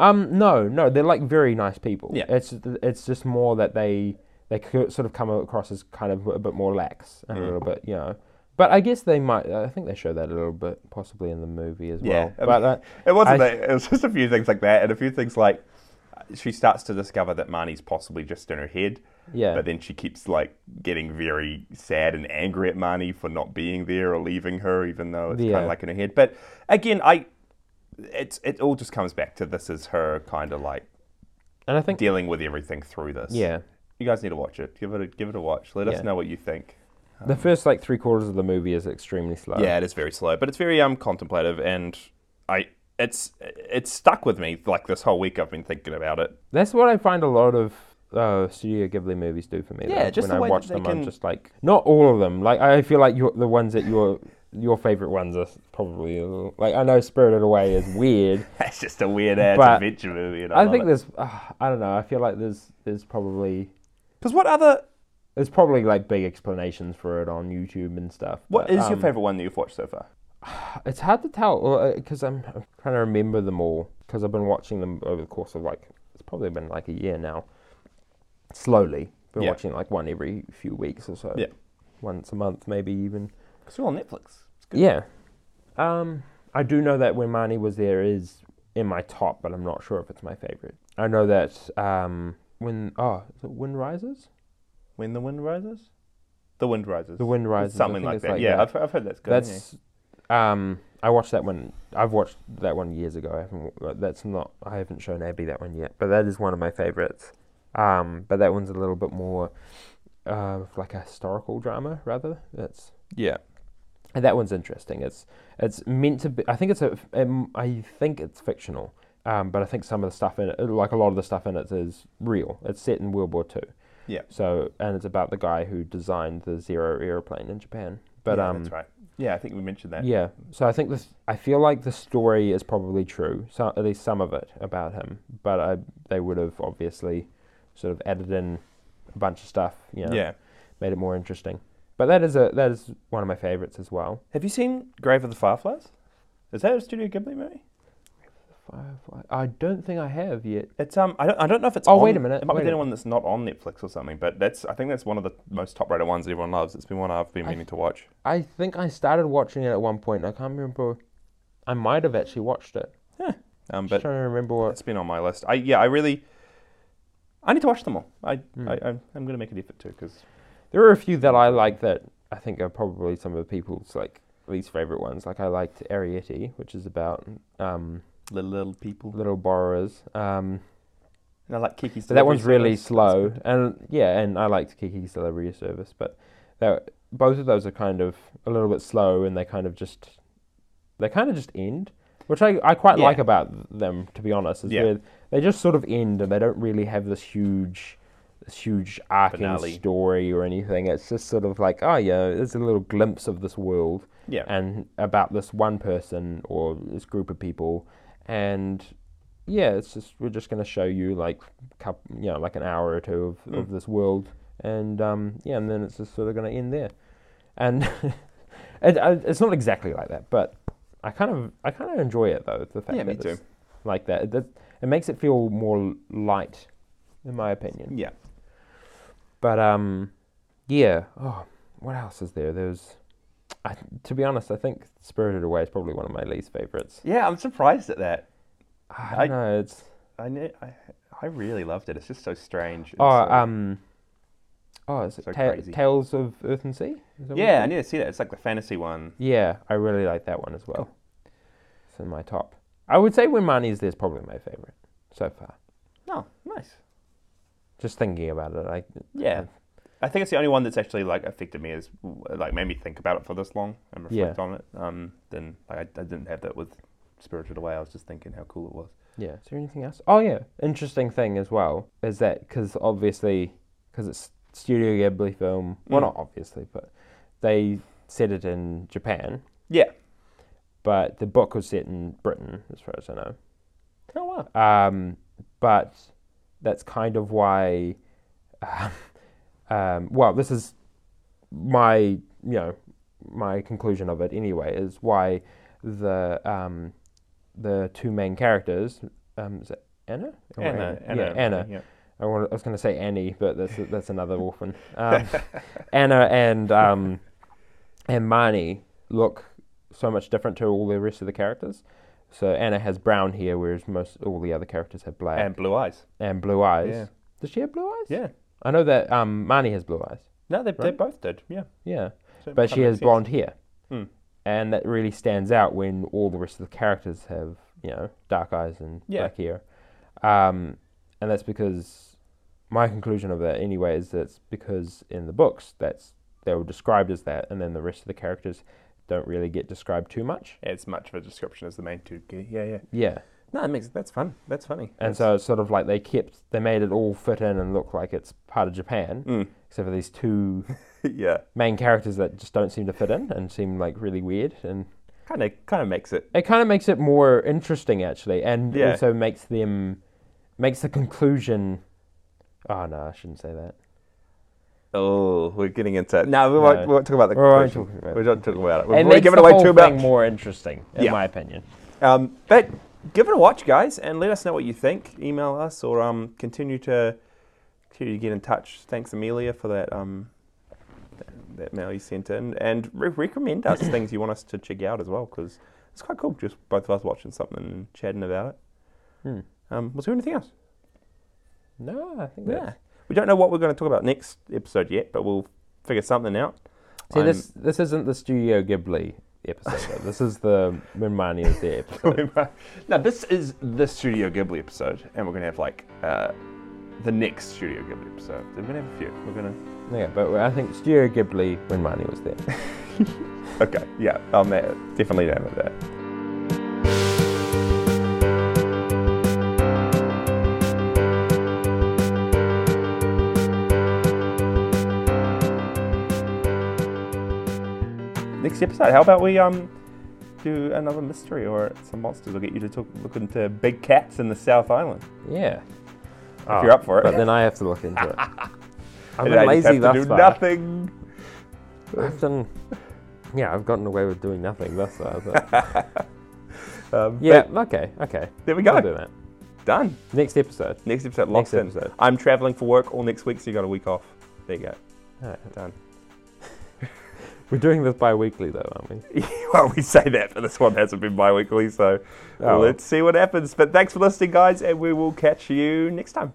[SPEAKER 1] um no no they're like very nice people.
[SPEAKER 2] Yeah.
[SPEAKER 1] It's it's just more that they they co- sort of come across as kind of a bit more lax and
[SPEAKER 2] Mm.
[SPEAKER 1] a little bit you know. But I guess they might. I think they show that a little bit possibly in the movie as
[SPEAKER 2] Yeah,
[SPEAKER 1] well.
[SPEAKER 2] I
[SPEAKER 1] but
[SPEAKER 2] mean-
[SPEAKER 1] uh,
[SPEAKER 2] it wasn't.
[SPEAKER 1] I-
[SPEAKER 2] that, it was just a few things like that, and a few things like she starts to discover that Marnie's possibly just in her head.
[SPEAKER 1] yeah,
[SPEAKER 2] But then she keeps like getting very sad and angry at Marnie for not being there or leaving her, even though it's kind
[SPEAKER 1] Yeah.
[SPEAKER 2] of like in her head. But again, I it's it all just comes back to this is her kind of like
[SPEAKER 1] and I think
[SPEAKER 2] dealing with everything through this.
[SPEAKER 1] yeah.
[SPEAKER 2] you guys need to watch it. Give it a, give it a watch. Let
[SPEAKER 1] Yeah.
[SPEAKER 2] us know what you think. Uh,
[SPEAKER 1] The first like three quarters of the movie is extremely slow.
[SPEAKER 2] um, Yeah, it is very slow, but it's very um contemplative, and I it's it's stuck with me like this whole week. I've been thinking about it.
[SPEAKER 1] That's what I find a lot of uh, Studio Ghibli movies do for me.
[SPEAKER 2] Yeah,
[SPEAKER 1] though.
[SPEAKER 2] just
[SPEAKER 1] when
[SPEAKER 2] the
[SPEAKER 1] I
[SPEAKER 2] way
[SPEAKER 1] watch
[SPEAKER 2] that they
[SPEAKER 1] them,
[SPEAKER 2] can-
[SPEAKER 1] I'm just like not all of them. Like I feel like your the ones that your your favorite ones are probably a little- like I know Spirited Away is weird.
[SPEAKER 2] It's just a weird ass
[SPEAKER 1] But
[SPEAKER 2] adventure movie. And I,
[SPEAKER 1] I, think there's uh, I don't know. I feel like there's there's probably
[SPEAKER 2] because what other
[SPEAKER 1] there's probably like big explanations for it on YouTube and stuff.
[SPEAKER 2] what
[SPEAKER 1] but,
[SPEAKER 2] is your
[SPEAKER 1] um,
[SPEAKER 2] favorite one that you've watched so far?
[SPEAKER 1] It's hard to tell because I'm, I'm trying to remember them all because I've been watching them over the course of like it's probably been like a year now. Slowly, been
[SPEAKER 2] Yeah.
[SPEAKER 1] watching like one every few weeks or so.
[SPEAKER 2] Yeah.
[SPEAKER 1] once a month maybe even.
[SPEAKER 2] Because we're on Netflix. It's good.
[SPEAKER 1] Yeah, um, I do know that when Marnie was there is in my top, but I'm not sure if it's my favorite. I know that um, when oh, is it Wind Rises,
[SPEAKER 2] When the wind rises, the wind rises.
[SPEAKER 1] The Wind
[SPEAKER 2] It's
[SPEAKER 1] Rises, I
[SPEAKER 2] Something
[SPEAKER 1] think
[SPEAKER 2] like
[SPEAKER 1] it's
[SPEAKER 2] that.
[SPEAKER 1] like
[SPEAKER 2] yeah,
[SPEAKER 1] that.
[SPEAKER 2] I've, I've heard that's good. yeah.
[SPEAKER 1] That's um, I watched that one. I've watched that one years ago. I haven't. w- uh, That's not. I haven't shown Abby that one yet. But that is one of my favorites. Um, but that one's a little bit more uh, of like a historical drama rather. That's
[SPEAKER 2] yeah.
[SPEAKER 1] and that one's interesting. It's it's meant to be. I think it's a. Um, I think it's fictional. Um, but I think some of the stuff in it, like a lot of the stuff in it, is real. It's set in World War Two.
[SPEAKER 2] Yeah.
[SPEAKER 1] So and it's about the guy who designed the Zero airplane in Japan. But
[SPEAKER 2] Yeah,
[SPEAKER 1] um,
[SPEAKER 2] that's right. Yeah, I think we mentioned that.
[SPEAKER 1] yeah. So I think this. I feel like the story is probably true. So at least some of it about him. But I, they would have obviously sort of added in a bunch of stuff. You know,
[SPEAKER 2] yeah.
[SPEAKER 1] Made it more interesting. But that is a that is one of my favorites as well.
[SPEAKER 2] Have you seen Grave of the Fireflies? Is that a Studio Ghibli movie?
[SPEAKER 1] Firefly. I don't think I have yet.
[SPEAKER 2] It's um, I don't, I don't know if it's.
[SPEAKER 1] Oh,
[SPEAKER 2] on-
[SPEAKER 1] wait a minute,
[SPEAKER 2] It might
[SPEAKER 1] wait a
[SPEAKER 2] be the one that's not on Netflix or something, but that's. I think that's one of the most top-rated ones that everyone loves. It's been one I've been
[SPEAKER 1] I-
[SPEAKER 2] meaning to watch.
[SPEAKER 1] I think I started watching it at one point. I can't remember. I might have actually watched it.
[SPEAKER 2] Um,
[SPEAKER 1] I'm
[SPEAKER 2] but
[SPEAKER 1] just trying to remember what.
[SPEAKER 2] It's been on my list. I yeah, I really. I need to watch them all. I,
[SPEAKER 1] Hmm.
[SPEAKER 2] I I'm, I'm going to make an effort to because
[SPEAKER 1] There are a few that I like that I think are probably some of people's like least favorite ones. Like I liked Arietti, which is about um,
[SPEAKER 2] little little people.
[SPEAKER 1] little borrowers. Um,
[SPEAKER 2] And I like Kiki's.
[SPEAKER 1] So that one's
[SPEAKER 2] Delivery
[SPEAKER 1] really
[SPEAKER 2] Service.
[SPEAKER 1] slow, and yeah, and I liked Kiki's delivery service, but that, both of those are kind of a little bit slow, and they kind of just they kind of just end, which I, I quite
[SPEAKER 2] Yeah.
[SPEAKER 1] like about them, to be honest. Is
[SPEAKER 2] Yeah.
[SPEAKER 1] where they just sort of end, and they don't really have this huge this huge arcing
[SPEAKER 2] Finale.
[SPEAKER 1] story or anything. It's just sort of like oh yeah, there's a little glimpse of this world,
[SPEAKER 2] Yeah.
[SPEAKER 1] and about this one person or this group of people and yeah it's just we're just going to show you like coup you know like an hour or two of,
[SPEAKER 2] Mm.
[SPEAKER 1] of this world and um, yeah and then it's just sort of going to end there and it, I, it's not exactly like that but i kind of i kind of enjoy it though the fact
[SPEAKER 2] Yeah,
[SPEAKER 1] that
[SPEAKER 2] me
[SPEAKER 1] it's like that. It, that it makes it feel more light in my opinion
[SPEAKER 2] Yeah.
[SPEAKER 1] but um, yeah. Oh, what else is there? There's, I, to be honest, I think Spirited Away is probably one of my least favorites.
[SPEAKER 2] Yeah, I'm surprised at that.
[SPEAKER 1] I
[SPEAKER 2] I-
[SPEAKER 1] don't know. It's
[SPEAKER 2] I knew, I I really loved it. It's just so strange. and
[SPEAKER 1] oh
[SPEAKER 2] so-
[SPEAKER 1] um, oh is it
[SPEAKER 2] so
[SPEAKER 1] Ta-
[SPEAKER 2] crazy.
[SPEAKER 1] Tales of Earth and Sea? Is that what it's
[SPEAKER 2] yeah, I
[SPEAKER 1] called?
[SPEAKER 2] need to see that. It's like the fantasy one.
[SPEAKER 1] yeah. I really like that one as well. It's in my top. I would say When Marnie's There's probably my favorite so far.
[SPEAKER 2] Oh, nice.
[SPEAKER 1] Just thinking about it, like
[SPEAKER 2] Yeah. I think it's the only one that's actually like affected me is like made me think about it for this long and reflect
[SPEAKER 1] Yeah.
[SPEAKER 2] on it. Um, then like, I, I didn't have that with Spirited Away. I was just thinking how cool it was.
[SPEAKER 1] Yeah. Is there anything else? Oh yeah. Interesting thing as well is that because obviously because it's Studio Ghibli film. Well,
[SPEAKER 2] Mm.
[SPEAKER 1] not obviously, but they set it in Japan,
[SPEAKER 2] Yeah.
[SPEAKER 1] but the book was set in Britain, as far as I know.
[SPEAKER 2] Oh wow.
[SPEAKER 1] Um, but that's kind of why. Um, um, well, this is my you know my conclusion of it anyway is why the um, the two main characters um, is it Anna Or
[SPEAKER 2] Anna, Anna,
[SPEAKER 1] yeah Anna
[SPEAKER 2] yeah.
[SPEAKER 1] I, wanted, I was going to say Annie but that's that's another orphan um, Anna and um, and Marnie look so much different to all the rest of the characters. So Anna has brown hair, whereas most all the other characters have black
[SPEAKER 2] and
[SPEAKER 1] and,
[SPEAKER 2] blue eyes.
[SPEAKER 1] blue eyes.
[SPEAKER 2] Yeah.
[SPEAKER 1] Does she have blue eyes?
[SPEAKER 2] Yeah.
[SPEAKER 1] I know that um, Marnie has blue eyes.
[SPEAKER 2] No, they, they
[SPEAKER 1] Right?
[SPEAKER 2] both did. Yeah.
[SPEAKER 1] Yeah,
[SPEAKER 2] So it
[SPEAKER 1] but she
[SPEAKER 2] kinda
[SPEAKER 1] has
[SPEAKER 2] makes sense.
[SPEAKER 1] blonde hair,
[SPEAKER 2] Hmm.
[SPEAKER 1] and that really stands out when all the rest of the characters have you know dark eyes and
[SPEAKER 2] Yeah.
[SPEAKER 1] black hair. Um, and that's because my conclusion of that, anyway, is that's because in the books that's they were described as that, and then the rest of the characters don't really get described too much.
[SPEAKER 2] As much of a description as the main two. g- Yeah, yeah.
[SPEAKER 1] Yeah,
[SPEAKER 2] No, that makes that's fun. That's funny.
[SPEAKER 1] and
[SPEAKER 2] That's-
[SPEAKER 1] so it's sort of like they kept they made it all fit in and look like it's part of Japan,
[SPEAKER 2] Mm.
[SPEAKER 1] except for these two
[SPEAKER 2] yeah,
[SPEAKER 1] main characters that just don't seem to fit in and seem like really weird and.
[SPEAKER 2] kind of kind of makes it.
[SPEAKER 1] it kind of makes it more interesting actually and
[SPEAKER 2] Yeah.
[SPEAKER 1] also makes them makes the conclusion oh no i shouldn't say that
[SPEAKER 2] Oh, we're getting into it. No, we
[SPEAKER 1] No.
[SPEAKER 2] won't, we won't talk about the
[SPEAKER 1] We won't
[SPEAKER 2] conclusion.
[SPEAKER 1] talk about
[SPEAKER 2] We're
[SPEAKER 1] it.
[SPEAKER 2] not talking about it.
[SPEAKER 1] it
[SPEAKER 2] We're, we're
[SPEAKER 1] makes
[SPEAKER 2] giving
[SPEAKER 1] the
[SPEAKER 2] away
[SPEAKER 1] whole
[SPEAKER 2] too
[SPEAKER 1] thing
[SPEAKER 2] much.
[SPEAKER 1] more interesting in
[SPEAKER 2] Yeah.
[SPEAKER 1] my opinion
[SPEAKER 2] Um, but give it a watch, guys, and let us know what you think. Email us or um, continue to continue to get in touch. Thanks, Amelia, for that um, that, that mail you sent in, and re- recommend us things you want us to check out as well, because it's quite cool. Just both of us watching something and chatting about it.
[SPEAKER 1] Hmm.
[SPEAKER 2] Um, was there anything else?
[SPEAKER 1] no i think
[SPEAKER 2] Yeah.
[SPEAKER 1] that's
[SPEAKER 2] We don't know what we're going to talk about next episode yet, but we'll figure something out.
[SPEAKER 1] see
[SPEAKER 2] I'm-
[SPEAKER 1] this this isn't the studio ghibli episode though. this is the Minmani is the episode
[SPEAKER 2] now this is the Studio Ghibli episode, and we're gonna have like uh, the next Studio Ghibli episode. We're gonna have a few. We're gonna.
[SPEAKER 1] yeah but i think studio ghibli when Minmani was there
[SPEAKER 2] Okay, yeah, I'll ma- definitely name it that. Next episode, how about we um do another mystery or some monsters? We'll get you to talk, look into big cats in the South Island.
[SPEAKER 1] yeah if
[SPEAKER 2] you're up for it.
[SPEAKER 1] but then i have to look into it i've
[SPEAKER 2] And
[SPEAKER 1] been
[SPEAKER 2] Ah. I just
[SPEAKER 1] lazy
[SPEAKER 2] have
[SPEAKER 1] thus
[SPEAKER 2] to do
[SPEAKER 1] far
[SPEAKER 2] nothing.
[SPEAKER 1] I've, I've done. Yeah, I've gotten away with doing nothing thus far. But
[SPEAKER 2] Um,
[SPEAKER 1] yeah,
[SPEAKER 2] but
[SPEAKER 1] okay, okay.
[SPEAKER 2] There we
[SPEAKER 1] I'll
[SPEAKER 2] go.
[SPEAKER 1] do that.
[SPEAKER 2] Done.
[SPEAKER 1] Next episode.
[SPEAKER 2] Next episode
[SPEAKER 1] Next
[SPEAKER 2] locked in.
[SPEAKER 1] episode.
[SPEAKER 2] I'm traveling for work all next week, so you got a week off. There you go.
[SPEAKER 1] Alright.
[SPEAKER 2] Done.
[SPEAKER 1] We're doing this bi weekly, though, aren't we?
[SPEAKER 2] well, we say that, but this one hasn't been bi-weekly, so
[SPEAKER 1] Oh.
[SPEAKER 2] let's see what happens. But thanks for listening, guys, and we will catch you next time.